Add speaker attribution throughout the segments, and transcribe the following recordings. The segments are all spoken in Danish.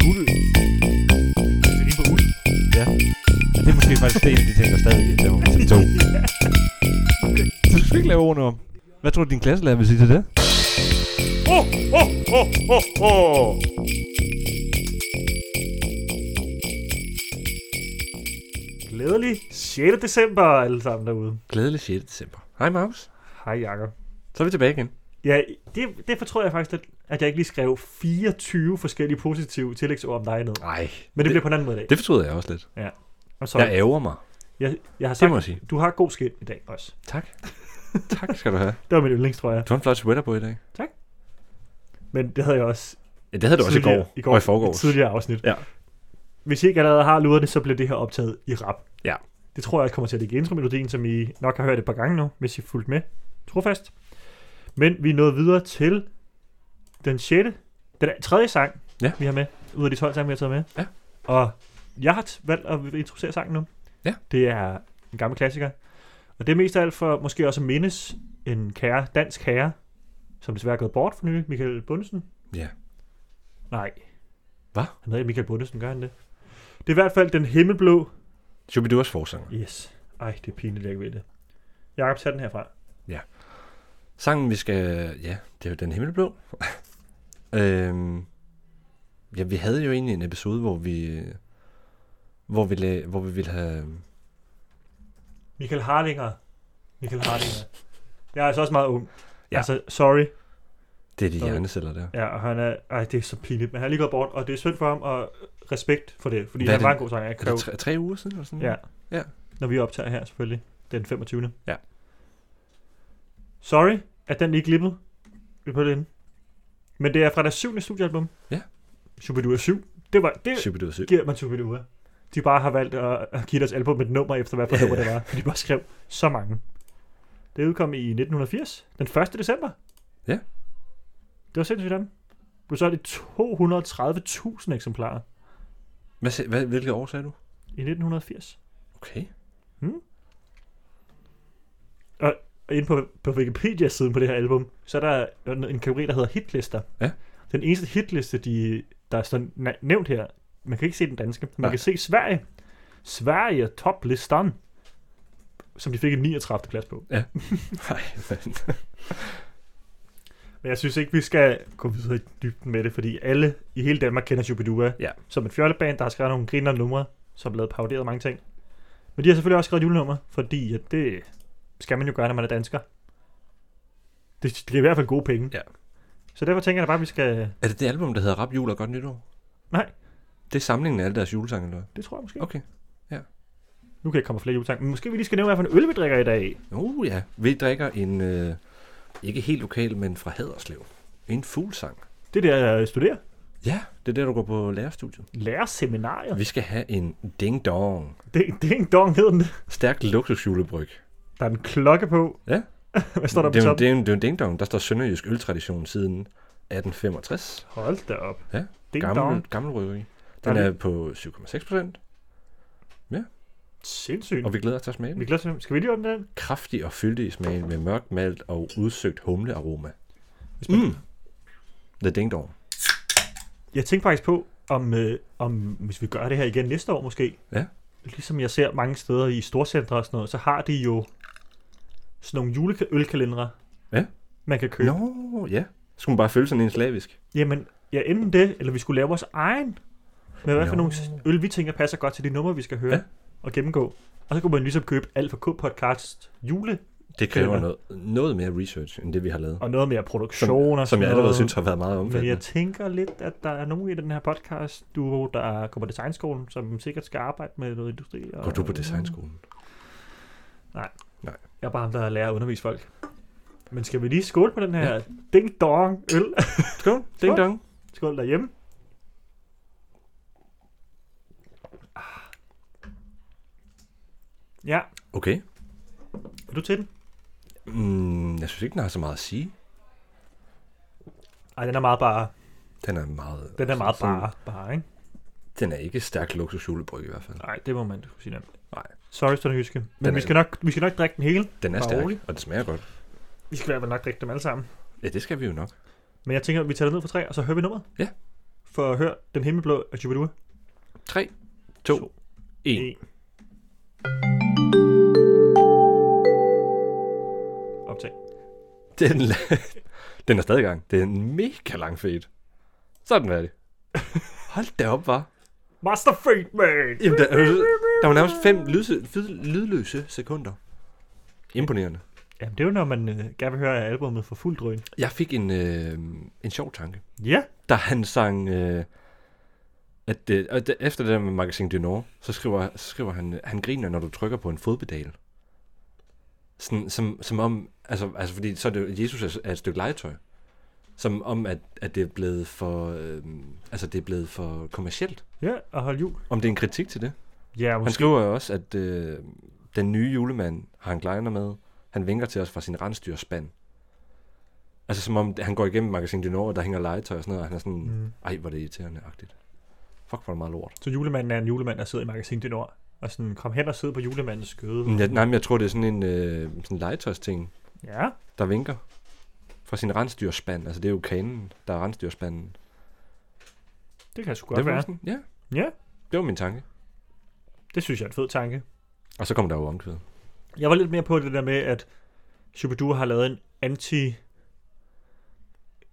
Speaker 1: guld.
Speaker 2: Det Altså, er lige på uld.
Speaker 1: Og det er måske faktisk det, en af de ting, der stadig er på til to. Så du skal ikke lave ordene om. Hvad tror du, din klasselærer vil sige til det?
Speaker 2: Glædelig 6. december alle sammen derude.
Speaker 3: Glædelig 6. december. Hej Magnus.
Speaker 2: Hej Jakob.
Speaker 3: Så er vi tilbage igen.
Speaker 2: Ja, det, det fortrød jeg faktisk, at, at jeg ikke lige skrev 24 forskellige positive tillægsord om dig ned.
Speaker 3: Nej.
Speaker 2: Men det, det
Speaker 3: det,
Speaker 2: bliver på en anden måde i dag.
Speaker 3: det fortryder jeg også lidt.
Speaker 2: I'm sorry.
Speaker 3: Jeg ærger mig.
Speaker 2: jeg, jeg har
Speaker 3: Det
Speaker 2: sagt,
Speaker 3: må jeg sige.
Speaker 2: du har god skin i dag også.
Speaker 3: Tak. tak skal du have.
Speaker 2: Det var min yndlingstrøje,
Speaker 3: Du har en flot sweater på i dag.
Speaker 2: men det havde jeg også
Speaker 3: Ja, det havde du også i
Speaker 2: tidligere-
Speaker 3: går. Og i forgårs.
Speaker 2: tidligere afsnit.
Speaker 3: Ja.
Speaker 2: Hvis I ikke allerede har luderne, så bliver det her optaget i rap.
Speaker 3: Ja.
Speaker 2: Det tror jeg også kommer til at ligge i intromelodien, som I nok har hørt et par gange nu, hvis I fulgte med. Trofast. Men vi er nået videre til den sjette, den tredje sang,
Speaker 3: Ja.
Speaker 2: vi har med, ud af de 12 sange, vi har taget med.
Speaker 3: Ja.
Speaker 2: Og jeg har t- valgt at introducere sangen nu.
Speaker 3: Ja.
Speaker 2: Det er en gammel klassiker. Og det er mest af alt for måske også at mindes en kære, dansk kære, som desværre er gået bort for nylig, Michael Bundesen.
Speaker 3: Ja.
Speaker 2: Nej.
Speaker 3: Hvad?
Speaker 2: Han hedder ikke Michael Bundesen, gør han det? Det er i hvert fald den himmelblå.
Speaker 3: Shubidurs forsanger.
Speaker 2: Yes. Ej, det er pinligt, jeg ikke ved det. Jakob, tag den herfra.
Speaker 3: Sangen, vi skal... Ja, det er jo Den Himmelblå. øhm, ja, vi havde jo egentlig en episode, hvor vi... Hvor vi, lag, hvor vi ville have...
Speaker 2: Michael Harlinger. Michael Harlinger. Jeg er altså også meget ung.
Speaker 3: Ja.
Speaker 2: Altså, sorry.
Speaker 3: Det er de
Speaker 2: Okay.
Speaker 3: hjerneceller der.
Speaker 2: Ja, og han er... Ej, det er så pinligt, men han er lige gået bort, og det er synd for ham, og respekt for det, fordi
Speaker 3: Hvad er
Speaker 2: han var
Speaker 3: det?
Speaker 2: en god sanger. Jeg
Speaker 3: Er
Speaker 2: kan jo-
Speaker 3: det tre, tre uger siden? Eller sådan?
Speaker 2: Ja.
Speaker 3: noget? Ja.
Speaker 2: Når vi optager her, selvfølgelig. Den 25.
Speaker 3: Ja.
Speaker 2: Sorry, at den lige glippede. Vi er på det inde. Men det er fra deres syvende studiealbum.
Speaker 3: Ja.
Speaker 2: Shubidua 7. Det, var, det
Speaker 3: Shubidurs syv.
Speaker 2: giver man Shubidua. De bare har valgt at, at give deres album et nummer efter, hvad for
Speaker 3: Ja,
Speaker 2: nummer det var. For de bare skrev så mange. Det udkom i 1980. Den 1. december.
Speaker 3: Ja.
Speaker 2: Det var sindssygt af dem. Blev solgt i 230.000 eksemplarer
Speaker 3: Hvad, sag- hvad, hvilket år sagde du?
Speaker 2: i 1980.
Speaker 3: Okay.
Speaker 2: Og inde på, på Wikipedia-siden på det her album, så er der en en kategori, der hedder hitlister.
Speaker 3: Ja.
Speaker 2: Den eneste hitliste, de, der er sådan na- nævnt her, man kan ikke se den danske, man
Speaker 3: Nej.
Speaker 2: kan se Sverige. Sverige er toplisteren, som de fik en 39. plads på.
Speaker 3: Nej, men...
Speaker 2: Men jeg synes ikke, vi skal gå videre i dybden med det, fordi alle i hele Danmark kender Shubidua
Speaker 3: Ja.
Speaker 2: som en fjolleband, der har skrevet nogle griner numre, som er blevet paroderet mange ting. Men de har selvfølgelig også skrevet julenummer, fordi at det skal man jo gøre, når man er dansker. Det, det er i hvert fald gode penge.
Speaker 3: Ja.
Speaker 2: Så derfor tænker jeg da bare, at vi skal...
Speaker 3: Er det det album, der hedder Rap, Jul og Godt Nytår?
Speaker 2: Nej.
Speaker 3: Det er samlingen af alle deres julesange, eller hvad?
Speaker 2: Det tror jeg måske.
Speaker 3: Okay.
Speaker 2: Nu kan jeg komme flere juletanker. Men måske vi lige skal nævne, hvad for en øl vi drikker i dag.
Speaker 3: Uh ja, vi drikker en, øh, ikke helt lokal, men fra Haderslev. En fuglsang.
Speaker 2: Det er der, jeg studerer.
Speaker 3: Ja, det er der, du går på lærerstudiet.
Speaker 2: Lærerseminariet.
Speaker 3: Vi skal have en ding-dong.
Speaker 2: Ding, ding dong hed den.
Speaker 3: Stærk luksusjulebryg.
Speaker 2: Der er en klokke på.
Speaker 3: Ja.
Speaker 2: hvad står der på
Speaker 3: det, er jo,
Speaker 2: toppen?
Speaker 3: det, er jo, det er jo en ding-dong. Der står Sønderjysk øltradition siden 1865.
Speaker 2: Hold da op.
Speaker 3: Ja,
Speaker 2: Ding
Speaker 3: Gammel,
Speaker 2: dong.
Speaker 3: gammel røgeri.
Speaker 2: Der er
Speaker 3: Den er på 7,6 procent,
Speaker 2: Sindssygt.
Speaker 3: og vi glæder os til at smage
Speaker 2: Vi
Speaker 3: den.
Speaker 2: glæder os til- Skal vi lige åbne den?
Speaker 3: Kraftig og fyldig i smagen med mørk malt og udsøgt humlearoma.
Speaker 2: Hvis man-
Speaker 3: Mm. The ding-dong.
Speaker 2: Jeg tænkte faktisk på, om, øh, om hvis vi gør det her igen næste år måske.
Speaker 3: Ja.
Speaker 2: Ligesom jeg ser mange steder i storcentre og sådan noget, så har de jo sådan nogle juleølkalendere,
Speaker 3: Ja.
Speaker 2: man kan købe.
Speaker 3: Nå, ja. Skulle man bare følge sådan en slavisk?
Speaker 2: Jamen, ja, enten det, eller vi skulle lave vores egen. Med hvad for
Speaker 3: Nå.
Speaker 2: nogle øl, vi tænker passer godt til de numre, vi skal høre
Speaker 3: Ja.
Speaker 2: ja. og gennemgå. Og så kunne man ligesom købe alt for K-podcast jule,
Speaker 3: Det kræver
Speaker 2: Eller-
Speaker 3: noget, noget mere research, end det vi har lavet.
Speaker 2: og noget mere produktion
Speaker 3: Som,
Speaker 2: og
Speaker 3: som
Speaker 2: sådan
Speaker 3: jeg allerede
Speaker 2: noget.
Speaker 3: synes har været meget
Speaker 2: Men jeg
Speaker 3: omfattende.
Speaker 2: tænker lidt, at der er nogen i den her podcast duo, der går på designskolen, som sikkert skal arbejde med noget industri. Og
Speaker 3: Går du på designskolen?
Speaker 2: Jeg er bare ham, der lærer at undervise folk. Men skal vi lige skåle på den her ja. ding dong øl?
Speaker 3: Skål. Ding dong.
Speaker 2: Skål derhjemme. Ah. Ja,
Speaker 3: Okay.
Speaker 2: er du til den?
Speaker 3: Mm, jeg synes ikke, den har så meget at sige.
Speaker 2: Ej, den er meget bare.
Speaker 3: Den er meget...
Speaker 2: Den er meget
Speaker 3: sådan-
Speaker 2: bare. bare ikke?
Speaker 3: Den er ikke stærk luksusjulebryg i hvert fald.
Speaker 2: Nej, det må man skulle sige nemt.
Speaker 3: Nej.
Speaker 2: Sorry, Sønderjyske. Men
Speaker 3: Den er-
Speaker 2: vi, skal nok, vi skal nok drikke den hele.
Speaker 3: Den er
Speaker 2: Bare
Speaker 3: stærk,
Speaker 2: rolig.
Speaker 3: og den smager godt.
Speaker 2: Vi skal i hvert fald nok drikke dem alle sammen.
Speaker 3: Ja, det skal vi jo nok.
Speaker 2: Men jeg tænker, at vi tager det ned for tre, og så hører vi nummeret.
Speaker 3: Ja.
Speaker 2: for at høre Den Himmelblå af Chubadua?
Speaker 3: 3, 2, 1.
Speaker 2: Optag.
Speaker 3: Den, la- den er stadig i gang. Det er en mega lang fedt. Sådan var det. Hold da op, var.
Speaker 2: Master Fate, man!
Speaker 3: Jamen, der, der var nærmest fem lydse, lydløse sekunder. Imponerende.
Speaker 2: Jamen, det er jo, når man øh, gerne vil høre albumet for fuld drøn.
Speaker 3: Jeg fik en, øh, en sjov tanke,
Speaker 2: Ja.
Speaker 3: da han sang, øh, at øh, og det- efter det der med Magasin du Nord, så skriver, så skriver han, øh, han griner, når du trykker på en fodpedal. Sådan, som, som om, altså, altså fordi så er det, jo- Jesus er, er et stykke legetøj. Som om, at, at det er blevet for, øh, altså det er blevet for kommercielt.
Speaker 2: Ja, og hold jul.
Speaker 3: Om det er en kritik til det.
Speaker 2: Ja,
Speaker 3: Han
Speaker 2: måske.
Speaker 3: skriver jo også, at øh, den nye julemand har han kleiner med. Han vinker til os fra sin rensdyrspand. Altså som om han går igennem Magasin du Nord, og der hænger legetøj og sådan noget, og han er sådan, mm.
Speaker 2: Mm.
Speaker 3: ej, hvor er det irriterende-agtigt. Fuck, hvor er det meget lort.
Speaker 2: Så julemanden er en julemand, der sidder i magasin det nord. Og sådan, kom hen og sidde på julemandens skøde.
Speaker 3: Men jeg, nej, men jeg tror, det er sådan en øh, sådan en legetøjsting,
Speaker 2: Ja.
Speaker 3: der vinker fra sin rensdyrspand. Altså det er jo kanen, der er rensdyrspanden.
Speaker 2: Det kan sgu
Speaker 3: det
Speaker 2: godt
Speaker 3: var
Speaker 2: være.
Speaker 3: sådan, ja.
Speaker 2: Ja.
Speaker 3: Det var min tanke.
Speaker 2: Det synes jeg er en fed tanke.
Speaker 3: Og så kom der jo omkvædet.
Speaker 2: Jeg var lidt mere på det der med, at Shubidur har lavet en anti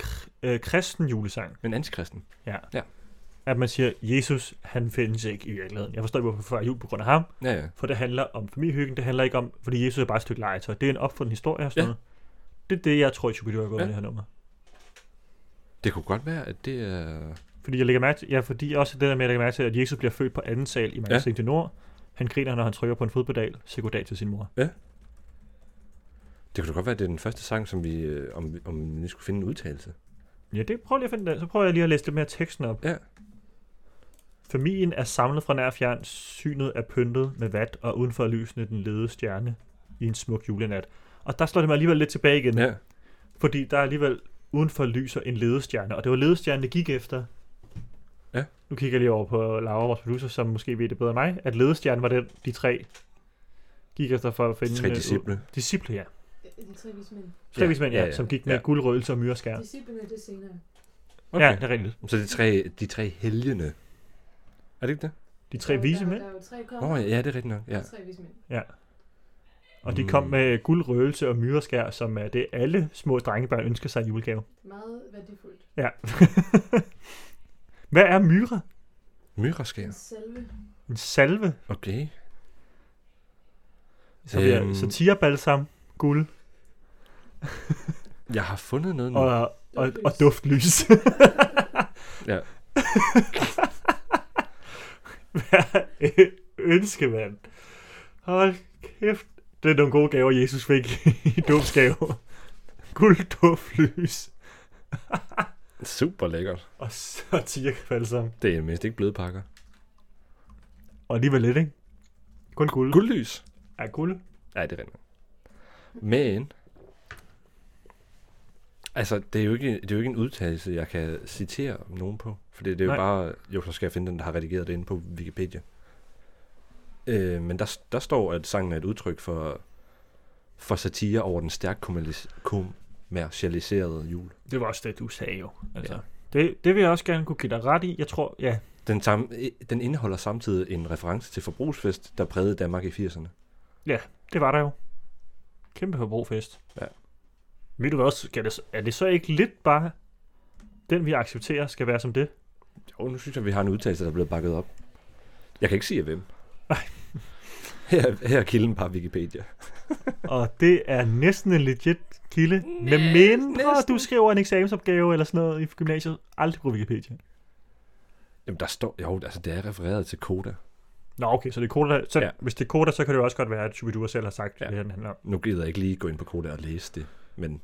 Speaker 2: kr- øh, kristen julesang.
Speaker 3: Men antikristen.
Speaker 2: At man siger, Jesus, han findes ikke i virkeligheden. Jeg forstår ikke, hvorfor jeg jul på grund af ham.
Speaker 3: Ja, ja.
Speaker 2: For det handler om familiehyggen. Det handler ikke om, fordi Jesus er bare et stykke legetøj. Det er en opfundet historie og sådan
Speaker 3: Ja.
Speaker 2: ja. noget. Det er det, jeg tror, Shubidur har gået ja.
Speaker 3: Ja.
Speaker 2: med det her nummer.
Speaker 3: Det kunne godt være, at det er...
Speaker 2: Fordi jeg lægger mærke til, ja, fordi også det der med, at jeg lægger mærke til, at Jesus bliver født på anden sal i Magasin ja. til Nord. Han griner, når han trykker på en fodpedal. Sig goddag til sin mor.
Speaker 3: Det kunne da godt være, at det er den første sang, som vi, øh, om, vi- om vi lige skulle finde en udtalelse.
Speaker 2: Ja, det prøver lige at finde den. Så prøver jeg lige at læse lidt mere af teksten op.
Speaker 3: Ja.
Speaker 2: Familien er samlet fra nær og fjern, synet er pyntet med vat og udenfor er lysende den lede stjerne i en smuk julenat. Og der slår det mig alligevel lidt tilbage igen,
Speaker 3: Ja.
Speaker 2: fordi der er alligevel udenfor lyser en ledestjerne, og det var ledestjernen, det gik efter.
Speaker 3: Ja.
Speaker 2: Nu kigger jeg lige over på Laura, vores producer, som måske ved det bedre end mig, at ledestjernen var den, de tre gik efter for at finde...
Speaker 3: Tre
Speaker 2: øh,
Speaker 3: disciple.
Speaker 2: Disciple, ja.
Speaker 4: Den Øh, tre vismænd.
Speaker 2: Tre ja, ja, ja, som gik med
Speaker 3: ja.
Speaker 2: ja. guldrøgelse og myreskær.
Speaker 4: Disciplene er det senere.
Speaker 3: Okay.
Speaker 2: Ja, det er rigtigt.
Speaker 3: Så de tre, de tre helgene. Er det ikke det?
Speaker 2: De tre
Speaker 4: Der-
Speaker 2: vise
Speaker 4: der-
Speaker 2: mænd.
Speaker 4: Der er jo tre
Speaker 3: Åh,
Speaker 4: konger.
Speaker 3: oh, ja, det er rigtigt nok. Ja.
Speaker 4: og Tre vismænd.
Speaker 2: Og de kom
Speaker 3: Mm.
Speaker 2: med guld, røgelse og myreskær, som er det, alle små drengebørn ønsker sig i julegave.
Speaker 4: Meget værdifuldt.
Speaker 2: Ja. Hvad er myre?
Speaker 3: Myraskær.
Speaker 4: En salve.
Speaker 2: En salve,
Speaker 3: Okay.
Speaker 2: som øhm.
Speaker 3: Øhm.
Speaker 2: er satirebalsam, guld
Speaker 3: Jeg har fundet noget nu.
Speaker 2: og, og, og, og duftlys.
Speaker 3: Ja.
Speaker 2: Hvad et ønskemand. Hold kæft. Det er nogle gode gaver, Jesus fik i dåbsgave. Guld, duftlys
Speaker 3: Super lækkert.
Speaker 2: og satirebalsam.
Speaker 3: Det er mest ikke bløde pakker.
Speaker 2: Og alligevel lidt, ikke? Kun guld.
Speaker 3: Guldlys.
Speaker 2: Ja, guld.
Speaker 3: Ja, det er rigtigt. nok. Men... Altså, det er, jo ikke, det er jo ikke en udtalelse, jeg kan citere nogen på. For det er jo
Speaker 2: Nej.
Speaker 3: bare... Jo, så skal jeg finde den, der har redigeret det inde på Wikipedia. Øh, men der, der står, at sangen er et udtryk for, for satire over den stærkt kommerlis- kommercialiserede jul.
Speaker 2: Det var også det, du sagde jo. Altså,
Speaker 3: Ja.
Speaker 2: ja. det, det vil jeg også gerne kunne give dig ret i. Jeg tror, ja,
Speaker 3: Den, samme, den indeholder samtidig en reference til forbrugsfest, der prægede Danmark i 80'erne.
Speaker 2: det var der jo. Kæmpe forbrugfest.
Speaker 3: Ja.
Speaker 2: Ved du hvad, skal det, er det så ikke lidt bare, den vi accepterer skal være som det?
Speaker 3: Jo, nu synes jeg, vi har en udtalelse, der er blevet bakket op. Jeg kan ikke sige, af hvem. Her, her er kilden par Wikipedia.
Speaker 2: Og det er næsten en legit kilde, med mindre
Speaker 3: næsten.
Speaker 2: du skriver en eksamensopgave eller sådan noget i gymnasiet. Aldrig på Wikipedia.
Speaker 3: Jamen, der står... Jo, altså, det er refereret til Koda.
Speaker 2: Nå, okay, så, det er Koda, så
Speaker 3: Ja.
Speaker 2: ja. hvis det er Koda, så kan det jo også godt være, at Shubidua selv har sagt,
Speaker 3: Ja.
Speaker 2: ja. det her den handler om.
Speaker 3: Nu gider jeg ikke lige gå ind på Koda og læse det, men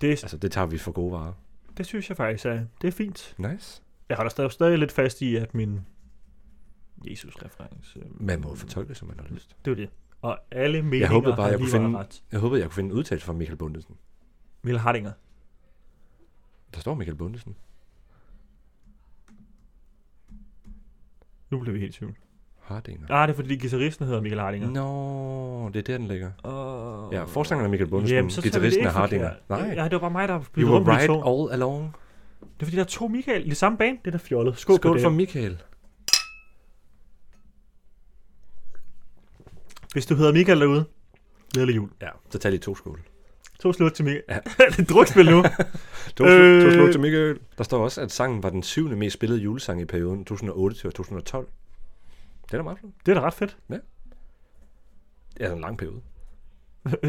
Speaker 2: Det,
Speaker 3: altså, det tager vi for gode varer.
Speaker 2: det synes jeg faktisk er, det er fint.
Speaker 3: Nice.
Speaker 2: Jeg holder stadig, stadig lidt fast i, at min Jesus-reference... øh,
Speaker 3: Man må jo fortolke, som man har lyst.
Speaker 2: Det er jo det. Og alle meninger
Speaker 3: håbede bare,
Speaker 2: har
Speaker 3: jeg kunne
Speaker 2: alligevel
Speaker 3: finde-
Speaker 2: Ret.
Speaker 3: Jeg håber, jeg kunne finde en udtalelse fra Michael Bundesen.
Speaker 2: Mille Hardinger.
Speaker 3: Der står Michael Bundesen.
Speaker 2: Nu blev vi helt i tvivl.
Speaker 3: Hardinger.
Speaker 2: Ah, det er fordi guitaristen hedder Michael Hardinger.
Speaker 3: Nå, det er der, den ligger.
Speaker 2: Og...
Speaker 3: Ja, forsangeren er Michael Bundesen,
Speaker 2: tager vi det
Speaker 3: guitaristen
Speaker 2: ikke
Speaker 3: er Hardinger.
Speaker 2: forkert.
Speaker 3: Nej,
Speaker 2: Ja, det var bare mig, der blev
Speaker 3: you were
Speaker 2: rundt
Speaker 3: right
Speaker 2: right
Speaker 3: all along.
Speaker 2: Det er fordi, der er to Michael i det samme bane. Det er da fjollet. Skål,
Speaker 3: Skål,
Speaker 2: Skål på det.
Speaker 3: for Michael.
Speaker 2: Hvis du hedder Michael derude, glædelig jul.
Speaker 3: Ja, så tag lige to skål.
Speaker 2: To slut til Michael.
Speaker 3: Ja.
Speaker 2: Ja. det er et drukspil nu.
Speaker 3: To, øh... to
Speaker 2: Øh.
Speaker 3: skål til Michael. Der står også, at sangen var den syvende mest spillede julesang i perioden 2008 til 2012. Det er da meget flot.
Speaker 2: det er da ret fedt.
Speaker 3: Ja, det er en lang periode.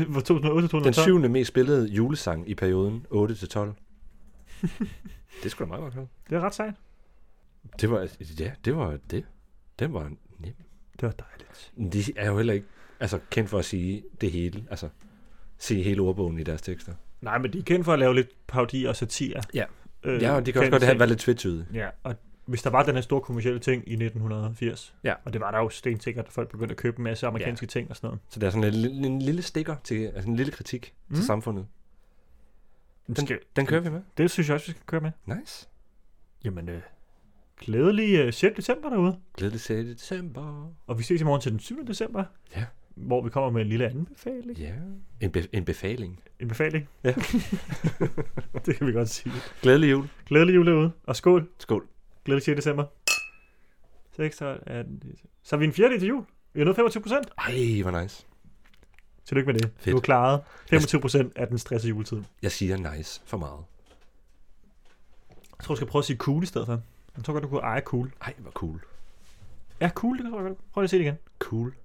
Speaker 2: Hvor 2008 til
Speaker 3: Den
Speaker 2: 2012.
Speaker 3: syvende mest spillede julesang i perioden 8 til 12. det er sgu da meget godt. hørt.
Speaker 2: Det er ret sejt.
Speaker 3: Det var, ja, det var det. Den var nem.
Speaker 2: Det var dejligt.
Speaker 3: Men De er jo heller ikke altså, kendt for at sige det hele. Altså, sige hele ordbogen i deres tekster.
Speaker 2: Nej, men de er kendt for at lave lidt parodi og satire.
Speaker 3: Ja.
Speaker 2: Øh,
Speaker 3: ja, og de kan også
Speaker 2: kendte
Speaker 3: godt have
Speaker 2: ting.
Speaker 3: været lidt tvetydige.
Speaker 2: Ja, og hvis der var den her store kommersielle ting i 1980,
Speaker 3: Ja.
Speaker 2: og det var der jo stensikkert, at folk begyndte at købe en masse amerikanske ja. ting og sådan noget.
Speaker 3: Så der er sådan en, lille- en lille stikker til, altså en lille kritik mm.
Speaker 2: Mm.
Speaker 3: til samfundet. Den,
Speaker 2: Skal,
Speaker 3: den kører vi med.
Speaker 2: det synes jeg også, vi skal køre med.
Speaker 3: Nice.
Speaker 2: Jamen, øh, glædelig øh, 6. december derude,
Speaker 3: Glædelig til december.
Speaker 2: og vi ses i morgen til den 7. december,
Speaker 3: Ja.
Speaker 2: hvor vi kommer med en lille anbefaling.
Speaker 3: Ja. En, be- en befaling.
Speaker 2: En befaling?
Speaker 3: Ja.
Speaker 2: det kan vi godt sige.
Speaker 3: Glædelig jul.
Speaker 2: Glædelig jul derude, og skål.
Speaker 3: Skål.
Speaker 2: Glædelig 6. december. 6, 12, 18, 19. Så er vi en fjerdedel til jul. Vi har nået 25 procent.
Speaker 3: Ej, hvor nice.
Speaker 2: Tillykke med det.
Speaker 3: Fedt.
Speaker 2: Du har klaret 25 procent af den stressede juletid.
Speaker 3: Jeg siger nice for meget.
Speaker 2: Jeg tror, du skal prøve at sige cool i stedet for. Jeg tror godt, du kunne eje cool.
Speaker 3: Ej, hvor cool.
Speaker 2: Ja, cool, det tror jeg godt. Prøv lige at se det igen.
Speaker 3: Cool.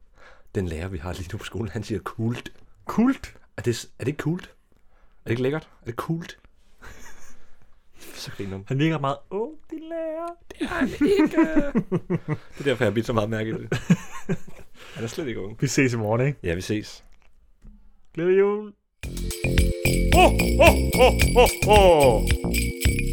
Speaker 3: Den lærer, vi har lige nu på skolen, han siger coolt.
Speaker 2: Kult.
Speaker 3: Er det, er det ikke coolt? Er det ikke lækkert? Er det coolt? Så griner han.
Speaker 2: Han virker meget, åh, oh, de lærer.
Speaker 3: ikke. det er derfor, jeg har bidt så meget mærke i det. Han er slet ikke ung.
Speaker 2: Vi ses i morgen, ikke?
Speaker 3: Ja, vi ses.
Speaker 2: Glædelig jul. Oh, oh, oh, oh, oh.